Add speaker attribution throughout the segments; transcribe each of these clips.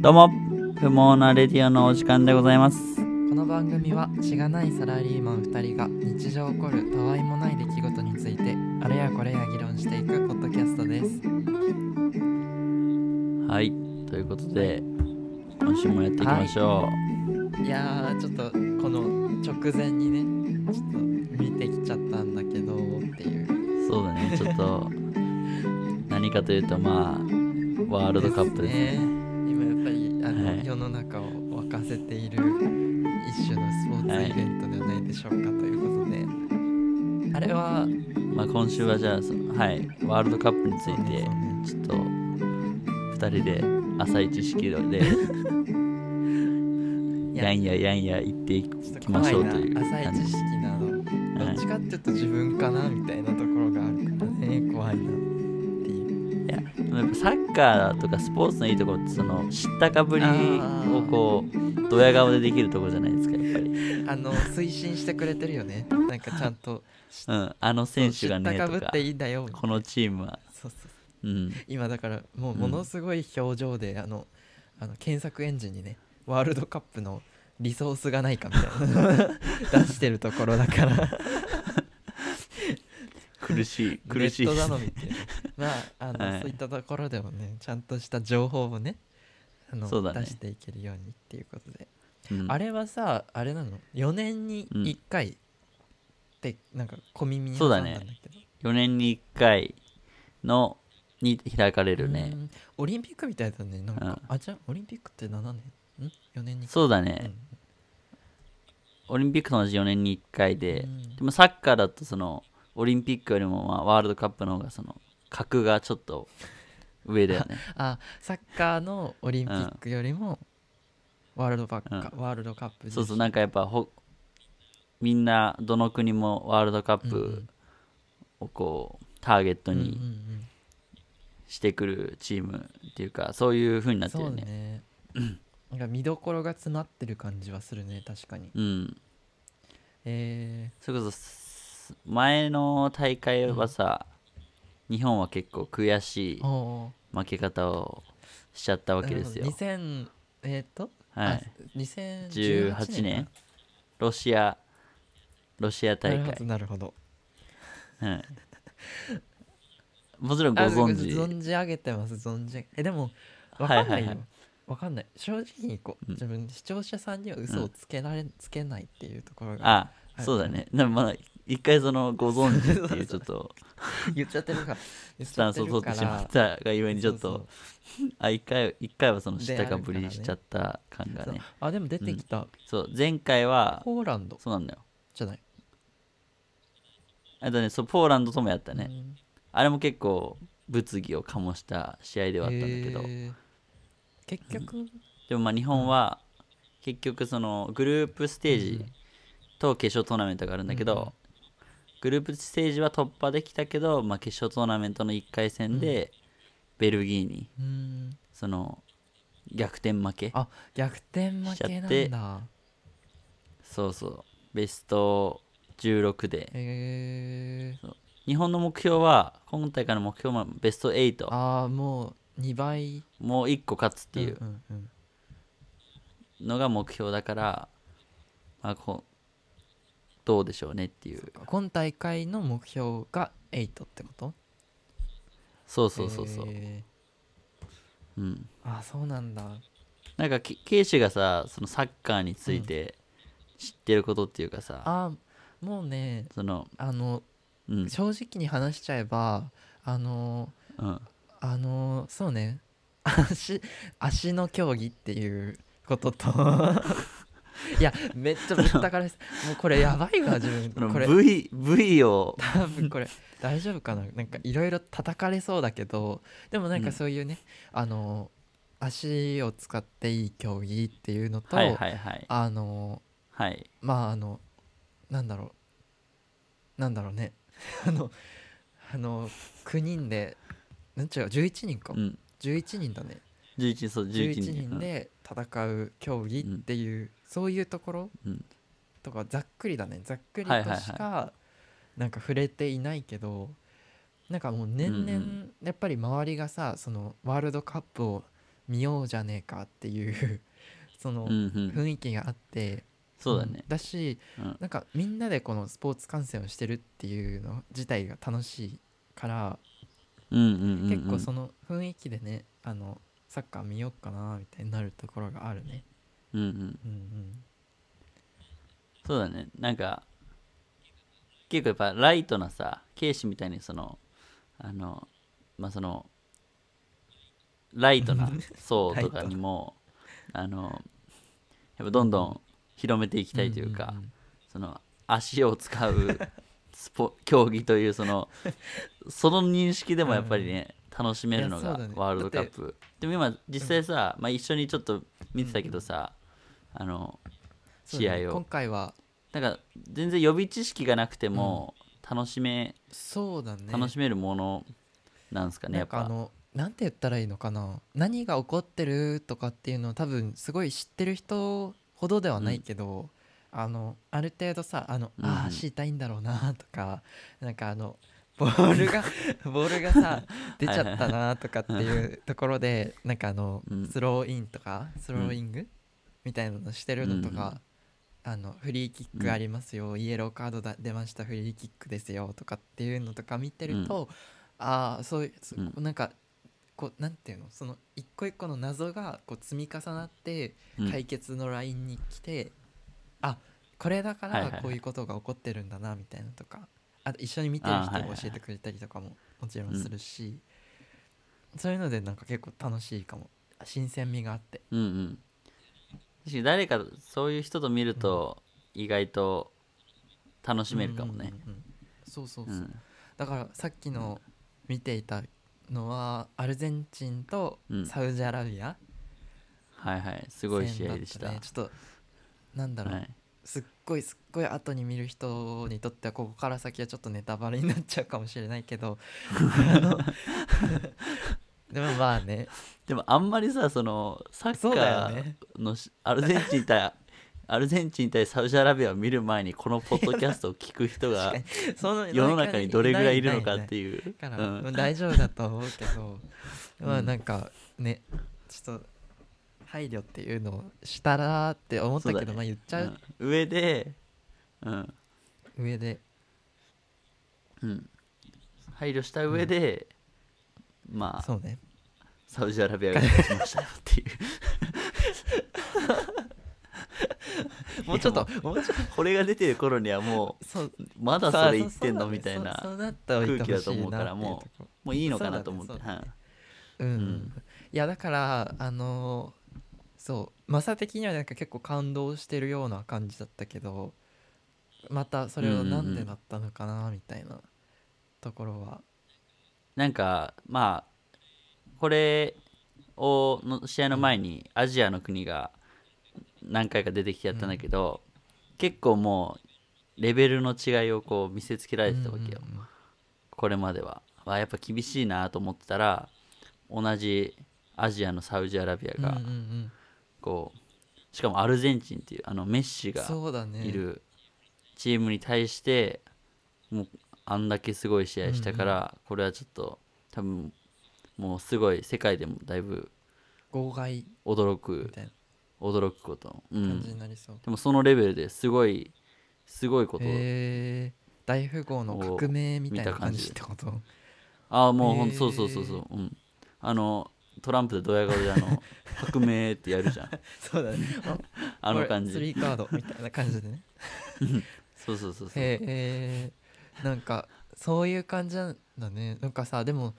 Speaker 1: どうも、不毛なレディオのお時間でございます。
Speaker 2: この番組は血がないサラリーマン2人が日常起こるたわいもない出来事についてあれやこれや議論していくポッドキャストです
Speaker 1: はい、ということで、今週もやっていきましょ
Speaker 2: いやーちょっとこの直前にねちょっと見てきちゃったんだけどっていう
Speaker 1: う。そうだね、ちょっと、何かというと、まあ、ワールドカップですね。
Speaker 2: です今やっぱりあの、
Speaker 1: はい
Speaker 2: 世の中を沸かせている一種のスポーツイベントではないでしょうかということで、あれは
Speaker 1: まあ、今週はじゃあその、はい、ワールドカップについて、ちょっと、二人で浅い知識で、
Speaker 2: い
Speaker 1: やんややんや言ってい
Speaker 2: ちょっと
Speaker 1: きましょうという
Speaker 2: 怖な浅い
Speaker 1: 感
Speaker 2: 知
Speaker 1: じ。
Speaker 2: 識なのど
Speaker 1: は
Speaker 2: っ
Speaker 1: い
Speaker 2: ちかっていうと自分かなみたいなところがあるからね怖いなっていう
Speaker 1: いやでもやっぱサッカーとかスポーツのいいところってその知ったかぶりをこうドヤ顔でできるところじゃないですかやっぱり、
Speaker 2: あの推進してくれてるよねなんかちゃんと
Speaker 1: うん、あの 選手が
Speaker 2: 知っ
Speaker 1: ね
Speaker 2: たかぶ
Speaker 1: と
Speaker 2: っ
Speaker 1: か
Speaker 2: ていいんだよ
Speaker 1: このチームは、
Speaker 2: そうそう
Speaker 1: うん、
Speaker 2: 今だからもうものすごい表情で、あのあの検索エンジンにねワールドカップのリソースがないかみたい な出してるところだから
Speaker 1: 苦しい
Speaker 2: ネ
Speaker 1: 苦し
Speaker 2: ッ
Speaker 1: い
Speaker 2: ト
Speaker 1: です
Speaker 2: 頼みっていうまああの、
Speaker 1: はい
Speaker 2: そういったところでもねちゃんとした情報をねあの
Speaker 1: そうだね
Speaker 2: 出していけるようにっていうことで、
Speaker 1: うん
Speaker 2: あれはさあれなの4年に
Speaker 1: うん
Speaker 2: 1回ってなんか小耳に
Speaker 1: そうだ
Speaker 2: ん
Speaker 1: ね
Speaker 2: だけど
Speaker 1: 4年に1回のに開かれるね
Speaker 2: うんオリンピックみたいだねなんか、
Speaker 1: う
Speaker 2: あじゃあオリンピックって7年ん ?4 年に1
Speaker 1: そうだ
Speaker 2: 回、
Speaker 1: ね、オリンピックと同じ4年に1回で、
Speaker 2: うん
Speaker 1: でもサッカーだとそのオリンピックよりもまあワールドカップの方がその格がちょっと上だよ ね
Speaker 2: あサッカーのオリンピックよりもワールドカップか、ワールドカップで
Speaker 1: そうそうなんかやっぱほみんなどの国もワールドカッ
Speaker 2: うんう
Speaker 1: プ
Speaker 2: ん
Speaker 1: をこうターゲット
Speaker 2: うんうんう
Speaker 1: に
Speaker 2: ん
Speaker 1: してくるチームっていうかそういう風になってる
Speaker 2: そう
Speaker 1: よ
Speaker 2: だ
Speaker 1: ね
Speaker 2: ねなんか見どころが詰まってる感じはするね確かに
Speaker 1: うん
Speaker 2: え
Speaker 1: それこそす前の大会はさ、日本は結構悔しい
Speaker 2: ー、お
Speaker 1: 負け方をしちゃった
Speaker 2: お
Speaker 1: わけですよ
Speaker 2: 2000えーっと、
Speaker 1: は
Speaker 2: あ
Speaker 1: い、
Speaker 2: 2018
Speaker 1: 18
Speaker 2: 年
Speaker 1: 年ロシアロシア
Speaker 2: か
Speaker 1: 大
Speaker 2: なるほど
Speaker 1: 会、
Speaker 2: なるほど
Speaker 1: うん、もちろんご
Speaker 2: あ
Speaker 1: 存知
Speaker 2: 存じ上げてます存じえでもわ
Speaker 1: はい
Speaker 2: かん
Speaker 1: は
Speaker 2: ないいよ、
Speaker 1: はい
Speaker 2: わかんない正直にこう自分視聴者さんには嘘をつけられ、つけないっていうところが
Speaker 1: あそうだねでもまだ一回そのご存知っていうちょっと
Speaker 2: 言っちゃってるから 言っ
Speaker 1: ス
Speaker 2: ち
Speaker 1: タ
Speaker 2: ゃっ
Speaker 1: ンス
Speaker 2: て
Speaker 1: を取
Speaker 2: る
Speaker 1: っ
Speaker 2: か
Speaker 1: て
Speaker 2: ら
Speaker 1: しまったがゆえにちょっ
Speaker 2: そう
Speaker 1: とあ一回一回はその知ったかぶ
Speaker 2: で
Speaker 1: り
Speaker 2: あるから
Speaker 1: し
Speaker 2: ね
Speaker 1: ちゃった感が
Speaker 2: そう
Speaker 1: ね
Speaker 2: そうあでも出てきた、
Speaker 1: そう前回は
Speaker 2: ポーランド
Speaker 1: そうなんだよ
Speaker 2: じゃない
Speaker 1: あとねそうポーランドともやった
Speaker 2: う
Speaker 1: ね
Speaker 2: ん
Speaker 1: あれも結構物議を醸した試合ではあったんだけど
Speaker 2: へー結局、
Speaker 1: でもまあ日本は結局そのグループステージと決勝トーナメントがあるんだけ
Speaker 2: うんうん
Speaker 1: どグループステージは突破できたけど、まあ、決勝トーナメントの1回戦でベルギーに
Speaker 2: うん
Speaker 1: その逆転負け
Speaker 2: あ逆転負けなん
Speaker 1: しちゃって
Speaker 2: だ
Speaker 1: そうそうベスト16で
Speaker 2: へえ
Speaker 1: 日本の目標は今大会の目標はベスト8
Speaker 2: ああもう2倍っ
Speaker 1: もう1個勝つっていう
Speaker 2: うんうん
Speaker 1: のが目標だから、まあ、こうどうでしょうねっていう
Speaker 2: うん今大会の目標が8ってこと
Speaker 1: そうそうそうそう、
Speaker 2: へ
Speaker 1: うん、
Speaker 2: ーあそうなんだ
Speaker 1: なんかけケイシがさそのサッカーについて知ってることっていうかさ、
Speaker 2: あもうね
Speaker 1: その
Speaker 2: あの
Speaker 1: うん
Speaker 2: 正直に話しちゃえばあの
Speaker 1: うん
Speaker 2: あのそうね足足の競技っていうこ とといやめっちゃぶったからですもうこれやばいわ自
Speaker 1: そ
Speaker 2: 分
Speaker 1: の
Speaker 2: これ
Speaker 1: V, v を
Speaker 2: 多分これ大丈夫かななんかいろいろ叩かれそうだけどでもなん
Speaker 1: うん
Speaker 2: かそういうね、あの足を使っていい競技っていうのと、
Speaker 1: はいはいはい
Speaker 2: あの
Speaker 1: はい
Speaker 2: まああのなんだろうなんだろうね あのあの9人でん違う11人か、
Speaker 1: うん
Speaker 2: 11人だね
Speaker 1: 11そう11
Speaker 2: 11
Speaker 1: 人
Speaker 2: 人で戦う競技っていう、そういうところ
Speaker 1: うん
Speaker 2: とかざっくりだねざっくりと
Speaker 1: はいはいはい
Speaker 2: しかなんか触れていないけどなんかもう年
Speaker 1: うんう
Speaker 2: 々やっぱり周りがさそのワールドカップを見ようじゃねえかっていう その
Speaker 1: うんうん、
Speaker 2: 雰囲気があって、
Speaker 1: そうだね
Speaker 2: ん、だし、
Speaker 1: うん
Speaker 2: なんかみんなでこのスポーツ観戦をしてるっていうの自体が楽しいから、
Speaker 1: うんうんうんうん、
Speaker 2: 結構その雰囲気でねあのサッカー見よっかなみたいになるところがあるね。
Speaker 1: うんうん、
Speaker 2: うんうん、
Speaker 1: そうだねなんか結構やっぱライトなさケイシみたいにそのあのまあそのライト な層とかにもあのやっぱどんどん広めていきたいというか、
Speaker 2: んんん
Speaker 1: その足を使うスポ競技というそ のその認識でもやっぱりね、楽しめるの
Speaker 2: いや
Speaker 1: が
Speaker 2: そうだね
Speaker 1: ワールドカップ、でも今実際さ、まあ、一緒にちょっと見てたけどさ、あの
Speaker 2: そうだね
Speaker 1: 試合を
Speaker 2: 今回は
Speaker 1: なんか全然予備知識がなくても楽しめ、
Speaker 2: そうだね
Speaker 1: 楽しめるものなんですかね
Speaker 2: な
Speaker 1: や
Speaker 2: ん
Speaker 1: っ
Speaker 2: かあ
Speaker 1: ぱ
Speaker 2: のなんて言ったらいいのかな何が起こってるとかっていうのを多分すごい知ってる人ほどではないけど、あのある程度さあの、
Speaker 1: うん
Speaker 2: ああ足痛いんだろうなとかなんかあのボール がボールがさ出ちゃったなとかっていうところでなんかあの、
Speaker 1: うん
Speaker 2: スローインとかスローイング、みたいなのしてるのとか、あのフリーキックありますよ、イエローカードだ出ましたフリーキックですよとかっていうのとか見てると、ああそういうそ
Speaker 1: うん
Speaker 2: なんかこうなんていうのその一個一個の謎がこう積み重なって
Speaker 1: うん
Speaker 2: 解決のラインに来て、あこれだか
Speaker 1: はいは
Speaker 2: ら
Speaker 1: いはい
Speaker 2: こういうことが起こってるんだなみたいなとか、あと一緒に見てる
Speaker 1: あーはい
Speaker 2: 人
Speaker 1: はいは
Speaker 2: が
Speaker 1: い
Speaker 2: 教えてくれたりとかももちろんするし、そういうのでなんか結構楽しいかも新鮮味があって。
Speaker 1: うんうん確かに誰かそういう人と見ると意外と楽しめるかもね、
Speaker 2: うんうんうんうんそうそう
Speaker 1: う
Speaker 2: そ
Speaker 1: ん
Speaker 2: う、だからさっきの見ていたのはアルゼンチンと
Speaker 1: うん
Speaker 2: サウジアラビア、
Speaker 1: はいはいすごい試合でした
Speaker 2: 戦だったねちょっとなんだろう、
Speaker 1: はい、
Speaker 2: すっごいすっごい後に見る人にとってはここから先はちょっとネタバレになっちゃうかもしれない けどあのでもまあね
Speaker 1: でもあんまりさそのサッ
Speaker 2: そうだ
Speaker 1: カ
Speaker 2: よね
Speaker 1: ーのし、アルゼンチン 対アルゼンチン対サウジアラビアを見る前にこのポッドキャストを聞く人が
Speaker 2: 確かにその
Speaker 1: 世の中にどれぐらいいるのか
Speaker 2: な
Speaker 1: っていう
Speaker 2: から、
Speaker 1: うん
Speaker 2: まあ大丈夫だと思うけどまあ
Speaker 1: うん
Speaker 2: なんかねちょっと配慮っていうのをしたらって思ったけ
Speaker 1: そう
Speaker 2: ど、
Speaker 1: だね
Speaker 2: まあ言っちゃう
Speaker 1: うん上で、うん
Speaker 2: 上で
Speaker 1: うん、配慮した上で、まあ
Speaker 2: そうね
Speaker 1: サウジアラビアが勝ちましたよっていう
Speaker 2: もうちょっと
Speaker 1: いやもうこれが出てる頃にはも
Speaker 2: そう
Speaker 1: うまだそれ言ってんのみたいな
Speaker 2: そうそうなっておいてほしいなってい
Speaker 1: 空気だと思うからも
Speaker 2: とこ
Speaker 1: もういいのかなと思って、
Speaker 2: そうだね
Speaker 1: はい
Speaker 2: うん、
Speaker 1: うん
Speaker 2: いやだからあのーそうマサ的にはなんか結構感動してるような感じだったけどまたそれをな
Speaker 1: うんうん
Speaker 2: ん
Speaker 1: う
Speaker 2: で
Speaker 1: ん
Speaker 2: だったのかなみたいなところは、
Speaker 1: なんかまあこれをの試合の前にアジアの国が何回か出てきてやったんだけど、結構もうレベルの違いをこう見せつけられてたわけよ、
Speaker 2: うんうんうん
Speaker 1: これまではわやっぱ厳しいなと思ってたら同じアジアのサウジアラビアが
Speaker 2: うんうんうん
Speaker 1: こうしかもアルゼンチンっていうあのメッシが
Speaker 2: そうだね
Speaker 1: いるチームに対してもうあんだけすごい試合したから、これはちょっと多分もうすごい世界でもだいぶ
Speaker 2: 号外
Speaker 1: 驚
Speaker 2: み
Speaker 1: く
Speaker 2: たいな
Speaker 1: 驚くこと、うん
Speaker 2: 感じ
Speaker 1: で
Speaker 2: になりそう、
Speaker 1: もそのレベルですごいすごいこと、
Speaker 2: へえ大富豪の革命みたいな
Speaker 1: 見た感
Speaker 2: 感
Speaker 1: じ
Speaker 2: じってこと
Speaker 1: ああもうほん
Speaker 2: へー
Speaker 1: そうそうそうそう、うん、あのトランプでドヤ顔であ の革命ってやるじゃん
Speaker 2: そうだね
Speaker 1: あの感
Speaker 2: ス
Speaker 1: じ
Speaker 2: リーカードみたいな感じでね
Speaker 1: そうそうそうそう、
Speaker 2: へえなんかそういう感じなんだねなんかさでも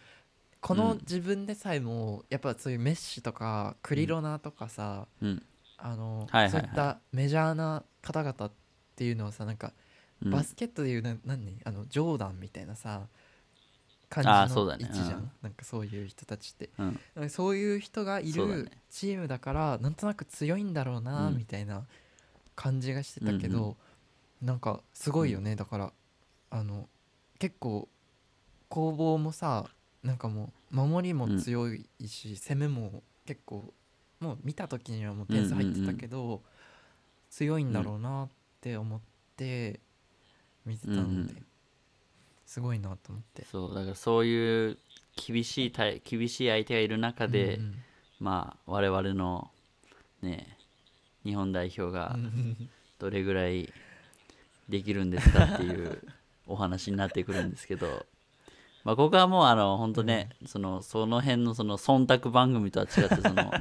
Speaker 2: こ
Speaker 1: う
Speaker 2: の
Speaker 1: ん
Speaker 2: 自分でさえもやっぱそういうメッシとかクリロナとかさ、
Speaker 1: うん
Speaker 2: あの、
Speaker 1: はいはいはい
Speaker 2: そういったメジャーな方々っていうのはさなんか
Speaker 1: うん
Speaker 2: バスケットでいうな何あのジョーダンみたいなさ感
Speaker 1: あー
Speaker 2: じ
Speaker 1: そう
Speaker 2: の
Speaker 1: だ
Speaker 2: 位
Speaker 1: ね
Speaker 2: 置じゃん、
Speaker 1: うん
Speaker 2: なんかそういう人たちって
Speaker 1: うん
Speaker 2: なんかそういう人がい
Speaker 1: そうだね
Speaker 2: るチームだからなんとなく強いんだろうな
Speaker 1: うん
Speaker 2: みたいな感じがしてたけど、
Speaker 1: うん
Speaker 2: なんかすごいよね、だからあの結構攻防もさなんかもう守りも強いし、攻めも結構もう見た時にはもう点数入ってたけど、強いんだろうなって思って見てたので、
Speaker 1: うんうん
Speaker 2: すごいなと思って。
Speaker 1: そうだからそういう厳しい対厳しい相手がいる中で、
Speaker 2: うんうん
Speaker 1: まあ我々のね日本代表がどれぐらいできるんですかっていうお話になってくるんですけど、まあ、ここはもうあの本当ね、そのその辺のその忖度番組とは違ってそ の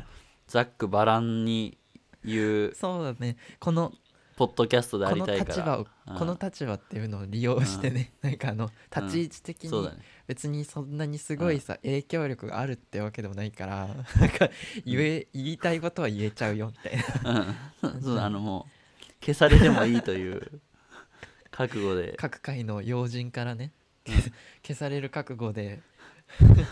Speaker 1: ざっくばらんに言う
Speaker 2: そうだねこの
Speaker 1: ポッドキャストであ
Speaker 2: こ
Speaker 1: り
Speaker 2: の
Speaker 1: たい
Speaker 2: 立
Speaker 1: か
Speaker 2: 場
Speaker 1: ら
Speaker 2: をこの立場っていうのを利用してねなんかあの立ち位置的
Speaker 1: そうだ
Speaker 2: に
Speaker 1: ね
Speaker 2: 別にそんなにすごいさ影響力があるってわけでもないから なんか言え言いたいことは言えちゃうよ みたいな
Speaker 1: うんそうあのもう消されてもいいという覚悟で
Speaker 2: 各界の要人からね
Speaker 1: うん
Speaker 2: 消される覚悟で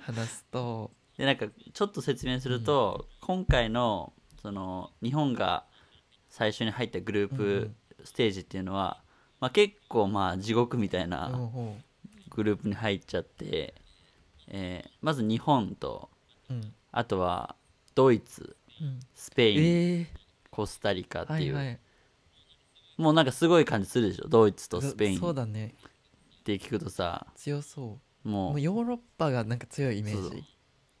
Speaker 2: 話すと
Speaker 1: でなんかちょっと説明すると、今回のその日本が最初に入ったグループステージっていうのは、まあ、結構まあ地獄みたい
Speaker 2: ほう
Speaker 1: な
Speaker 2: ほ
Speaker 1: グループに入っちゃって、えーまず日本と
Speaker 2: ううん
Speaker 1: あとはドイツ
Speaker 2: うん
Speaker 1: スペ
Speaker 2: え
Speaker 1: イン、
Speaker 2: ー
Speaker 1: コスタリカって、
Speaker 2: はいいうはい
Speaker 1: もうなんかすごい感じするでしょドイツとスペイン
Speaker 2: そう
Speaker 1: っ
Speaker 2: だね
Speaker 1: て聞くとさ
Speaker 2: 強そう
Speaker 1: も
Speaker 2: も
Speaker 1: う
Speaker 2: うヨーロッパがなんか強いイメ
Speaker 1: そう
Speaker 2: ー
Speaker 1: そ
Speaker 2: ジ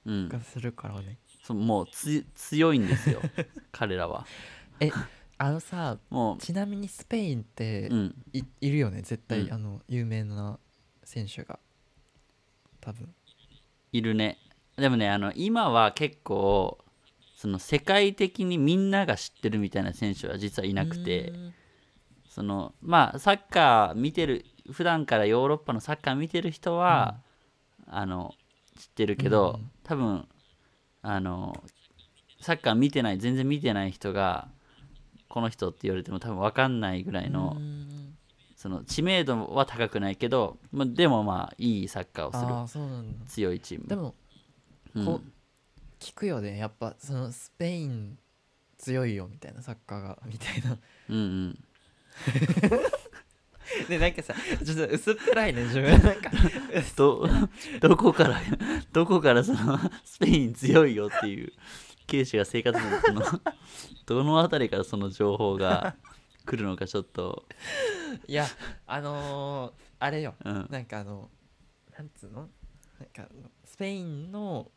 Speaker 1: う、ん
Speaker 2: が、するからね
Speaker 1: そうもうつ強いんですよ彼らは
Speaker 2: あのさ
Speaker 1: も
Speaker 2: ちなみにスペインって
Speaker 1: う、うん、
Speaker 2: い,、るよね絶対、
Speaker 1: うん
Speaker 2: あの有名な選手が多分
Speaker 1: いるねでもねあの今は結構その世界的にみんなが知ってるみたいな選手は実はいなくて
Speaker 2: うーん
Speaker 1: そのまあサッカー見てる普段からヨーロッパのサッカー見てる人は、あの知ってるけど、
Speaker 2: うんうん
Speaker 1: 多分あのサッカー見てない全然見てない人がこの人って言われても多分分かんないぐらいうの
Speaker 2: ーん
Speaker 1: その知名度は高くないけど、まあ、でもまあいいサッカーをす
Speaker 2: あ
Speaker 1: る
Speaker 2: あそうなんだ
Speaker 1: 強いチーム
Speaker 2: でも
Speaker 1: うん
Speaker 2: こ聞くよねやっぱそのスペイン強いよみたいなサッカーが みたいな
Speaker 1: うんうん
Speaker 2: でなんかさちょっと薄っぺらいね自分なんか
Speaker 1: ど どこからどこからそのスペイン強いよっていう九州が生活のその どの辺りからその情報が来るのかちょっと、
Speaker 2: いやあのーあれよ
Speaker 1: うん、
Speaker 2: なんかあのなんつうのなんかあのスペインの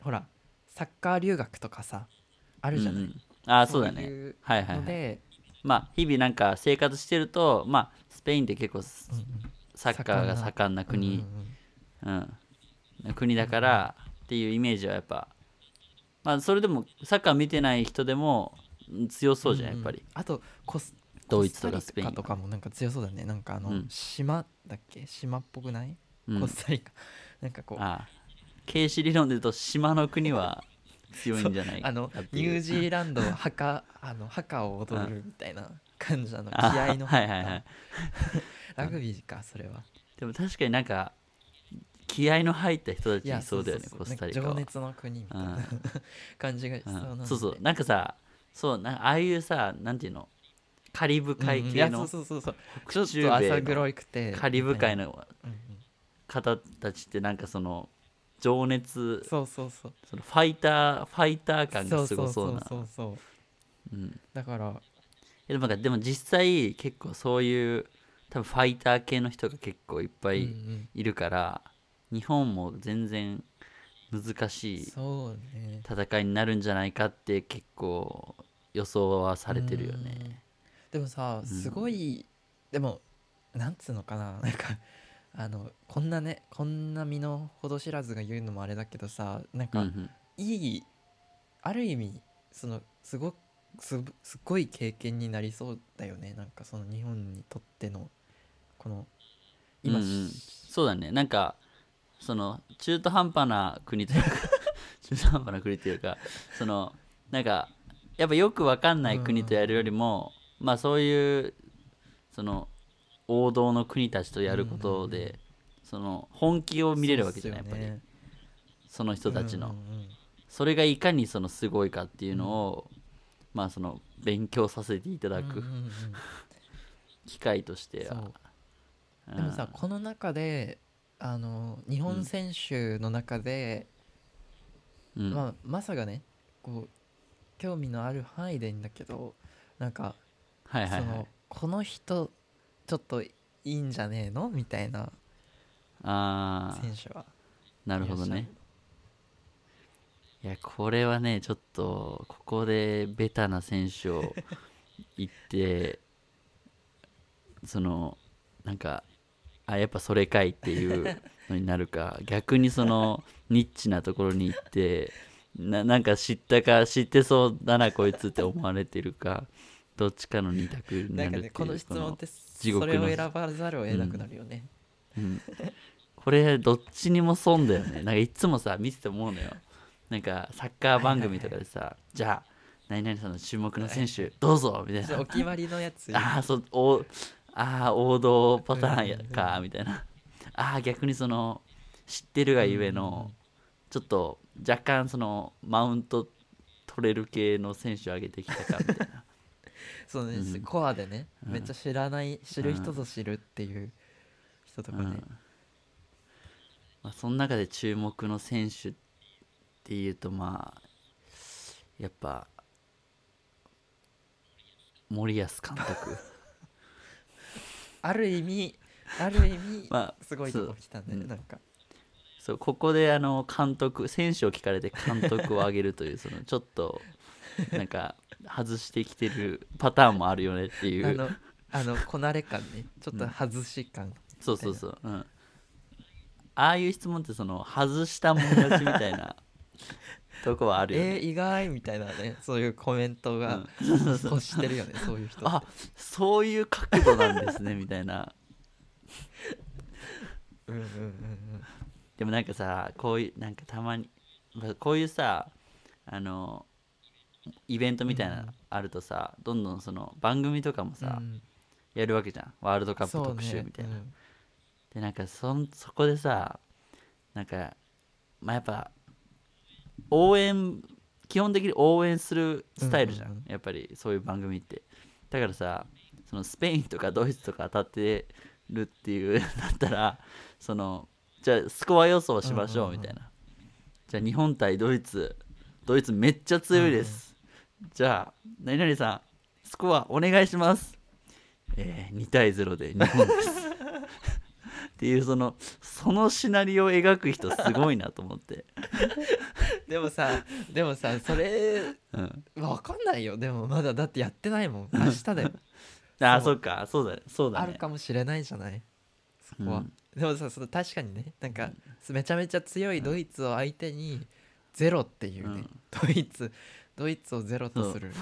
Speaker 2: ほらサッカー留学とかさあ
Speaker 1: あ
Speaker 2: るじゃない、
Speaker 1: ああそうだね
Speaker 2: いう
Speaker 1: はいはい、
Speaker 2: の
Speaker 1: はい、
Speaker 2: で、
Speaker 1: まあ日々なんか生活してるとまあスペインって結構スサッカーが盛んな国、
Speaker 2: うんうん
Speaker 1: うん、国だからっていうイメージはやっぱ、まあ、それでもサッカー見てない人でもうん強そうじゃんやっぱり、
Speaker 2: んんあとコス
Speaker 1: ドイツとかスペイン
Speaker 2: コタリカとかもなんか強そうだねなんかあの、
Speaker 1: うん
Speaker 2: 島だっけ島っぽくない、
Speaker 1: うん
Speaker 2: コスタリカなんかこうあ
Speaker 1: ああ軽視理論で言うと島の国は強いんじゃないか
Speaker 2: の
Speaker 1: って
Speaker 2: ニ
Speaker 1: いう
Speaker 2: ュージーランドは 墓あの墓を踊るみたいな感じなの気
Speaker 1: あ
Speaker 2: 合いの
Speaker 1: はいはいはい
Speaker 2: ラグビーかそれは
Speaker 1: でも確かになんか気合の入った人たち
Speaker 2: いや
Speaker 1: いそうだよね
Speaker 2: そ
Speaker 1: コ
Speaker 2: う
Speaker 1: ス
Speaker 2: そうそ
Speaker 1: タ
Speaker 2: う
Speaker 1: リカ
Speaker 2: な
Speaker 1: は
Speaker 2: んか情熱の国みたいな感じがしそうなの
Speaker 1: うん
Speaker 2: で
Speaker 1: そうそうなんかさそうなんかああいうさなんていうのカリブ海
Speaker 2: うんい
Speaker 1: 系
Speaker 2: や
Speaker 1: の
Speaker 2: そうそうそう
Speaker 1: 北
Speaker 2: そ
Speaker 1: 中
Speaker 2: うちょっと
Speaker 1: 米の
Speaker 2: 朝黒くて
Speaker 1: カリブ海
Speaker 2: の、
Speaker 1: の
Speaker 2: うんうん
Speaker 1: 方たちってなんかその情熱
Speaker 2: そうそうそう
Speaker 1: そのファイターファイター感がすごそうな
Speaker 2: そうそうそうそう
Speaker 1: うん
Speaker 2: だから
Speaker 1: えでもなんかでも実際結構そういう多分ファイター系の人が結構いっぱ
Speaker 2: うんう
Speaker 1: い
Speaker 2: ん
Speaker 1: いるから、日本も全然難しい
Speaker 2: そうね
Speaker 1: 戦いになるんじゃないかって結構予想はされてるよ
Speaker 2: うん
Speaker 1: ね。
Speaker 2: でもさ
Speaker 1: ん
Speaker 2: すごい、でもなんつうのかな なんかあのこんなねこんな身の程知らずが言うのもあれだけどさ
Speaker 1: う
Speaker 2: なん
Speaker 1: ん
Speaker 2: か、いいある意味そのすごすすっごい経験になりそうだよねなんかその日本にとってのこの今、
Speaker 1: うんうんそうだねなんかその中途半端な国と いうか中途半端な国というかそのなんかやっぱよくわかんない国とやるよりも、まあそういうその王道の国たちとやることで、
Speaker 2: うんうん
Speaker 1: その本気を見れるわけじゃない、
Speaker 2: そ
Speaker 1: や
Speaker 2: うっ
Speaker 1: っ
Speaker 2: す
Speaker 1: ぱ
Speaker 2: よ
Speaker 1: り
Speaker 2: ね
Speaker 1: その人たちの、
Speaker 2: うんうんうん
Speaker 1: それがいかにそのすごいかっていうのを、まあその勉強させていただ
Speaker 2: うん
Speaker 1: く
Speaker 2: うんうん
Speaker 1: 機会としては、
Speaker 2: そう
Speaker 1: うん
Speaker 2: でもさこの中であの日本選手の中で、
Speaker 1: うん
Speaker 2: まあ、マサがねこう興味のある範囲でいいんだけどなんか、
Speaker 1: はいはい
Speaker 2: そ
Speaker 1: はい
Speaker 2: のこの人ちょっといいんじゃねえのみたいな
Speaker 1: ああ
Speaker 2: 選手は
Speaker 1: なるほどね。いやこれはねちょっとここでベタな選手 を言ってそのなんかあやっぱそれかいっていうのになる か逆にそのニッチなところに行ってななんか知ったか知ってそうだなこいつって思われてるかどっちかの二択にな
Speaker 2: な
Speaker 1: んるって
Speaker 2: か
Speaker 1: い
Speaker 2: ね
Speaker 1: う
Speaker 2: この質問って
Speaker 1: 地獄
Speaker 2: そ
Speaker 1: の
Speaker 2: れを選ばざるを得なくなるよね、
Speaker 1: うん、これどっちにも損だよねなんかいつもさ見てて思うのよなんかサッカー番組とかでさ、じゃあ何々さんの注目の選手どうぞみたい
Speaker 2: そうお
Speaker 1: な
Speaker 2: 決まりのやつ
Speaker 1: ああそうおあー王道パターンや
Speaker 3: うん
Speaker 1: かみたいなああ逆にその知ってるがゆえのちょっと若干そのマウント取れる系の選手を上げてきたかみたいな
Speaker 2: そうね、
Speaker 1: うん
Speaker 2: コアでね、
Speaker 1: うん
Speaker 2: めっちゃ知らない知る人ぞ知るっていう人とかね、
Speaker 1: うんまあ、その中で注目の選手っていうとまあやっぱ森保監 督
Speaker 2: ある意味ある意味、
Speaker 1: まあ
Speaker 2: すごいとこ来たんだよね、
Speaker 1: そう
Speaker 2: なんか
Speaker 1: そうここであの監督選手を聞かれて監督を挙げるというそのちょっとなんか外してきてるパターンもあるよねってい
Speaker 2: あ
Speaker 1: う
Speaker 2: のあのこなれ感ねちょっと外し感、
Speaker 1: そうそうそう、うん、ああいう質問ってその外したもん勝ちみたいなとこはあるよね
Speaker 2: えー、意外みたいなねそういうコメントが欲してるよね、そういう人って
Speaker 1: あそういう角度なんですねみたいな
Speaker 2: うんうんうん
Speaker 1: でもなんかさこういうなんかたまにまあこういうさあのイベントみたいなのあるとさ、どんどんその番組とかも
Speaker 2: うん
Speaker 1: さ、
Speaker 2: うん
Speaker 1: やるわけじゃんワールドカップ
Speaker 2: そうね
Speaker 1: 特集みたいな、
Speaker 2: うん
Speaker 1: でなんかそんそこでさなんかまあやっぱ応援基本的に応援するスタイルじゃん、
Speaker 2: うんうん
Speaker 1: やっぱりそういう番組ってだからさそのスペインとかドイツとか当たってるっていう だったらそのじゃあスコア予想しましょうみたいな、じゃあ日本対ドイツドイツめっちゃ強いです、じゃあ何々さんスコアお願いしますえー、2対0で日本ですっていうそのそのシナリオを描く人すごいなと思って、
Speaker 2: でもさでもさそれ
Speaker 1: うん、
Speaker 2: わかんないよでもまだだってやってないもん明日だよ
Speaker 1: ああ
Speaker 2: そ
Speaker 1: そうっかそうだねそうだね
Speaker 2: あるかもしれないじゃないそこ
Speaker 1: う
Speaker 2: は、
Speaker 1: ん
Speaker 2: でもさその確かにねなんかめちゃめちゃ強いドイツを相手にゼロっていうね、ドイツドイツをゼロとする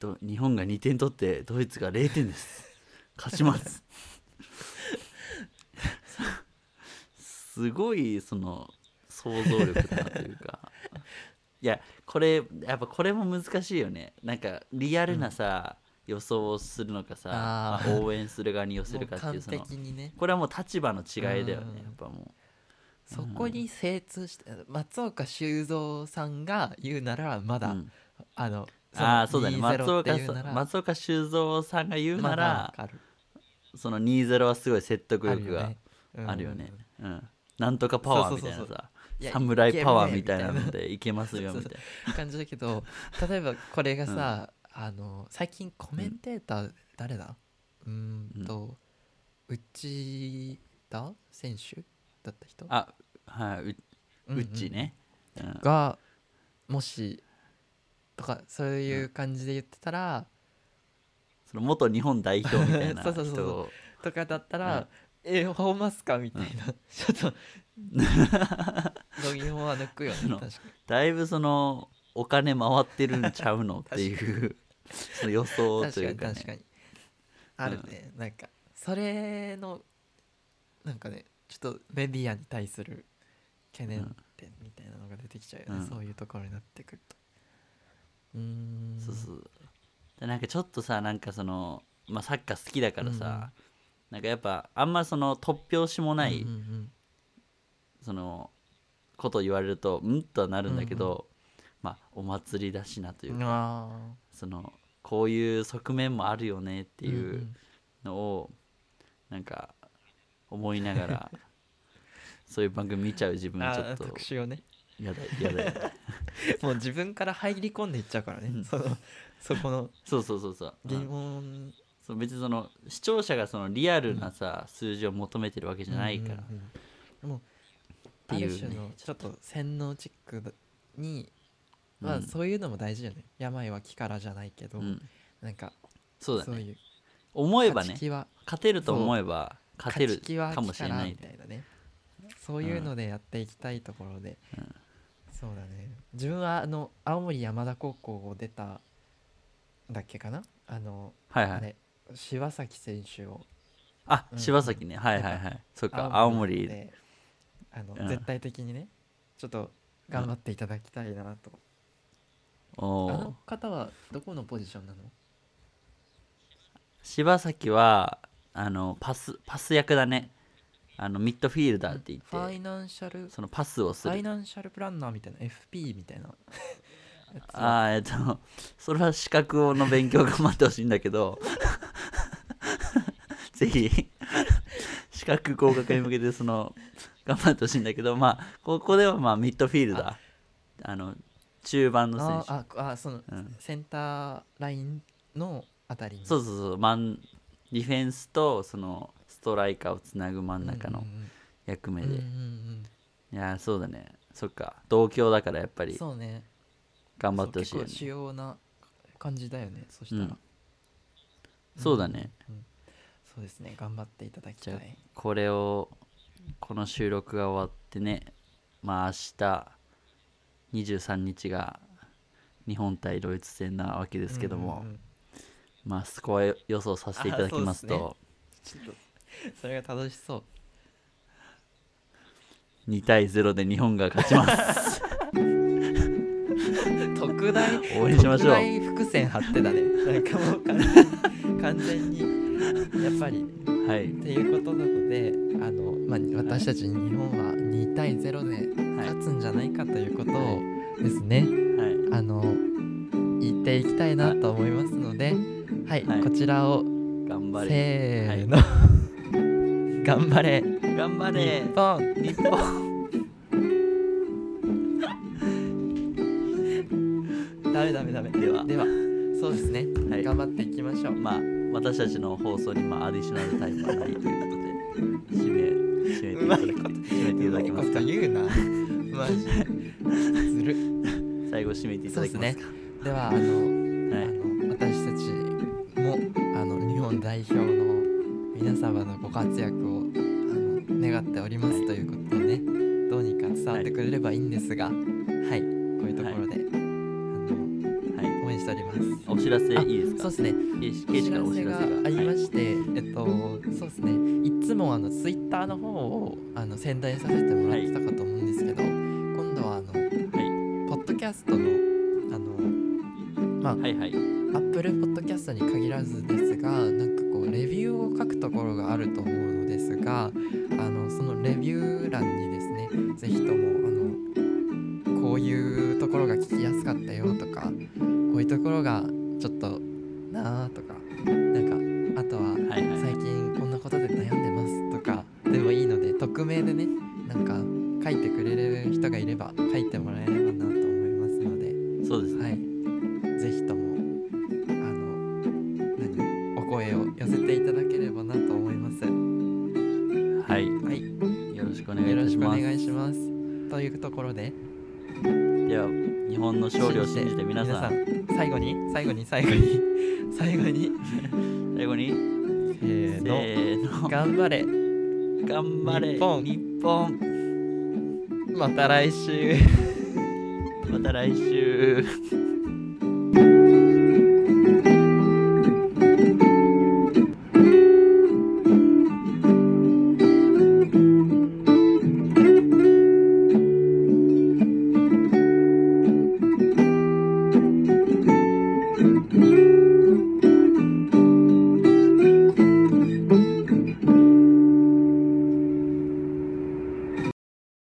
Speaker 1: と日本が2点取ってドイツが0点です勝ちますすごいその想像力だなというかいやこれやっぱこれも難しいよねなんかリアルなさ、予想をするのかさ
Speaker 2: あー
Speaker 1: まあ応援する側に寄せ
Speaker 2: も
Speaker 1: る
Speaker 2: う
Speaker 1: かってい
Speaker 2: 完
Speaker 1: うその
Speaker 2: 璧にね
Speaker 1: これはもう立場の違いだよ
Speaker 2: うん
Speaker 1: ねやっぱも
Speaker 2: そこに精通して松岡修造さんが言うならま
Speaker 1: う、
Speaker 2: だ、
Speaker 1: うん
Speaker 2: あの
Speaker 1: ああそうだね松
Speaker 2: 2-0って
Speaker 1: 岡
Speaker 2: い
Speaker 1: さ
Speaker 2: うなら
Speaker 1: ん松岡修造さんが言うな
Speaker 2: まだわ
Speaker 1: ら、
Speaker 2: かる
Speaker 1: その2-0はすごい説得
Speaker 2: ある
Speaker 1: 力
Speaker 2: よ
Speaker 1: が
Speaker 2: ねうん
Speaker 1: あるよね、うん、なんとかパワーみたい
Speaker 2: そ
Speaker 1: な
Speaker 2: うそう
Speaker 1: さ
Speaker 2: いやいけ
Speaker 1: 侍
Speaker 2: る
Speaker 1: パワー
Speaker 2: ね
Speaker 1: みたいな
Speaker 2: みたいな
Speaker 1: のでいけますよ
Speaker 2: そう
Speaker 1: み
Speaker 2: そ
Speaker 1: た
Speaker 2: う
Speaker 1: い
Speaker 2: 感じだけど例えばこれがさ、あの最近コメンテーター誰だうーんと、内田選手だった人
Speaker 1: なあはいう
Speaker 2: うんうん
Speaker 1: うちね、うん
Speaker 2: がもしとかそういう感じで言ってたら、
Speaker 1: その元日本代表みたいな
Speaker 2: そうそうそう
Speaker 1: 人
Speaker 2: そ
Speaker 1: を
Speaker 2: とかだったら、えホーマスかみたいな、ちょ っと度肝は抜くよね
Speaker 1: あ
Speaker 2: 確
Speaker 1: の
Speaker 2: かに
Speaker 1: だいぶそのお金回ってるんちゃうのっていうその予想と
Speaker 2: 確か
Speaker 1: いう
Speaker 2: に
Speaker 1: か,、ね、
Speaker 2: 確かにあるね、なんかそれのなんかねちょっとメディアに対する懸念点みたいなのが出てきちゃうよね、
Speaker 1: うん
Speaker 2: そういうところになってくるとうーん
Speaker 1: そうそうでなんかちょっとさなんかその、まあ、サッカー好きだからさ、なんかやっぱあんまその突拍子もない、
Speaker 2: うんうん
Speaker 1: そのことを言われるとうんとはなるんだけど、まあお祭りだしなといううんか、
Speaker 2: あ
Speaker 1: そのこういう側面もあるよねって
Speaker 2: て
Speaker 1: いうのをなんか思いなが らそういう番組見ちゃう自分はちょっと
Speaker 2: 特集をね
Speaker 1: やだや だやだ
Speaker 2: もう自分から入り込んでいっちゃうからね、
Speaker 1: うん
Speaker 2: そのそこの
Speaker 1: そうそうそうそう,、
Speaker 2: 疑問
Speaker 1: そう別にその視聴者がそのリアルなさ、数字を求めてるわけじゃないから、
Speaker 2: うんうんうんもう
Speaker 1: ってい
Speaker 2: ある
Speaker 1: う
Speaker 2: 種
Speaker 1: ね
Speaker 2: のちょっと洗脳チックだに、ま
Speaker 1: う
Speaker 2: あ
Speaker 1: ん
Speaker 2: そういうのも大事よね病は気からじゃないけど、
Speaker 1: うん
Speaker 2: なんか
Speaker 1: そうだ
Speaker 2: そう
Speaker 1: ね
Speaker 2: いう
Speaker 1: 思えばね
Speaker 2: 勝ち気は
Speaker 1: 勝てると思えば勝てる
Speaker 2: 勝ち気は
Speaker 1: かもしれな
Speaker 2: 力
Speaker 1: い
Speaker 2: みたいなねそういうのでやっていきたいところで、
Speaker 1: うん
Speaker 2: そうだね自分はあの青森山田高校を出ただっけかなあの、
Speaker 1: はいは
Speaker 2: あ
Speaker 1: い
Speaker 2: れ柴崎選手を
Speaker 1: あ
Speaker 2: うん
Speaker 1: 柴崎ねはいはいはいそっか青森
Speaker 2: であの、
Speaker 1: うん
Speaker 2: 絶対的にねちょっと頑張っていただきたいなと、
Speaker 1: お
Speaker 2: あ
Speaker 1: ー
Speaker 2: の方はどこのポジションなの
Speaker 1: 柴崎はあのパスパス役だねあのミッドフィールダーって言
Speaker 2: ファ
Speaker 1: っ
Speaker 2: イ
Speaker 1: て
Speaker 2: ナンシャルフ
Speaker 1: そのパスをす
Speaker 2: ァイ
Speaker 1: る
Speaker 2: ナンシャルプランナーみたいな FP みたいなやつを
Speaker 1: あーえっと それは資格の勉強頑張ってほしいんだけど ぜひ資格合格に向けてその頑張ってほしいんだけどまあここではまあミッドフィールダーあの中盤の選
Speaker 2: あ
Speaker 1: 手
Speaker 2: ああその
Speaker 1: うん
Speaker 2: センターラインのあたりに
Speaker 1: そうそうそうマンディフェンスとそのストライカーをつなぐ真ん中
Speaker 2: う
Speaker 1: の
Speaker 2: ん
Speaker 1: 役
Speaker 2: う
Speaker 1: 目
Speaker 2: んうん
Speaker 1: で、
Speaker 2: うんう
Speaker 1: い
Speaker 2: ん
Speaker 1: やーそうだねそっか同郷だからやっぱ
Speaker 2: うん
Speaker 1: り
Speaker 2: そうね
Speaker 1: 頑張ってほしい
Speaker 2: そう
Speaker 1: よね
Speaker 2: 結構主要な感じだよねそした
Speaker 1: うん
Speaker 2: ら
Speaker 1: そうだね、
Speaker 2: うんうんそうですね頑張っていただき
Speaker 1: じ
Speaker 2: た
Speaker 1: ゃあ
Speaker 2: い
Speaker 1: これをこの収録が終わってねまあ明日23日が日本対ドイツ戦なわけですけども、
Speaker 2: うんうんうん
Speaker 1: まあスコア予想させていただきます
Speaker 2: あそ
Speaker 1: と
Speaker 2: ちょっとそれが楽しそう
Speaker 1: 2対0で日本が勝ち ます
Speaker 2: 特大
Speaker 1: 応援しましょう
Speaker 2: 特大伏線張って たねなんかもう完全完全にやっぱり
Speaker 1: はい
Speaker 2: っていうことなのであの、まあ、私たち日本は2対0で
Speaker 1: はい
Speaker 2: 勝つんじゃないかということをですね
Speaker 1: はい
Speaker 2: あの言っていきたいなと思いますのではい、
Speaker 1: はい
Speaker 2: こちらを
Speaker 1: 頑張れ
Speaker 2: せーの、 頑張れ日
Speaker 1: 頑張れ
Speaker 2: 本
Speaker 1: 日本
Speaker 2: ダメダメダメ
Speaker 1: では
Speaker 2: ではそうですね、
Speaker 1: はい
Speaker 2: 頑張っていきましょう
Speaker 1: まあ私たちの放送にまあアディショナルタイムはないということで締め締めていただき締めていただけますか
Speaker 2: うまいこと言うな マジずる
Speaker 1: 最後締めていただけますか
Speaker 2: ではあの,、
Speaker 1: はい
Speaker 2: あの私たちもあの日本代表の皆様のご活躍をあの願っておりますということをねどうにか伝わってくれればいいんですがはい、こういうところで、
Speaker 1: はい
Speaker 2: あの応援しております。
Speaker 1: お知らせいいです
Speaker 2: そう
Speaker 1: か
Speaker 2: ですね。
Speaker 1: ケイシケイシからお知らせが
Speaker 2: ありま
Speaker 1: はい
Speaker 2: して、えっとそうですね。いつもあのツイッターの方をあの宣伝させてもらってたかと思うんですけど、今度はあのポッドキャストのあ
Speaker 1: は
Speaker 2: の
Speaker 1: いはいはい
Speaker 2: アップルポッドキャストに限らずですがなんかこうレビューを書くところがあると思うのですがあのそのレビュー欄にですねぜひともあのこういうところが聞きやすかったよとかこういうところがちょっとなあとかなんかあとは
Speaker 1: はいはい
Speaker 2: 最近こんなことで悩んでますとかでもいいので匿名でねなんか書いてくれる人がいれば書いてもらえればなと思いますので。
Speaker 1: そうですね
Speaker 2: はい、ぜひともあの何お声を寄せていただければなと思います。は
Speaker 1: はい
Speaker 2: い、
Speaker 1: よろしくお願いい
Speaker 2: よろ
Speaker 1: た
Speaker 2: し
Speaker 1: し
Speaker 2: くお
Speaker 1: ます
Speaker 2: 願いします。というところで
Speaker 1: では日本の勝利を信じて皆さん
Speaker 2: 皆さん最後に最後に最後に最後に
Speaker 1: 最後にせ
Speaker 2: せーの
Speaker 1: ーの
Speaker 2: 頑張れ
Speaker 1: 頑張れ
Speaker 2: 日本
Speaker 1: 日本
Speaker 2: また来週。
Speaker 1: また来週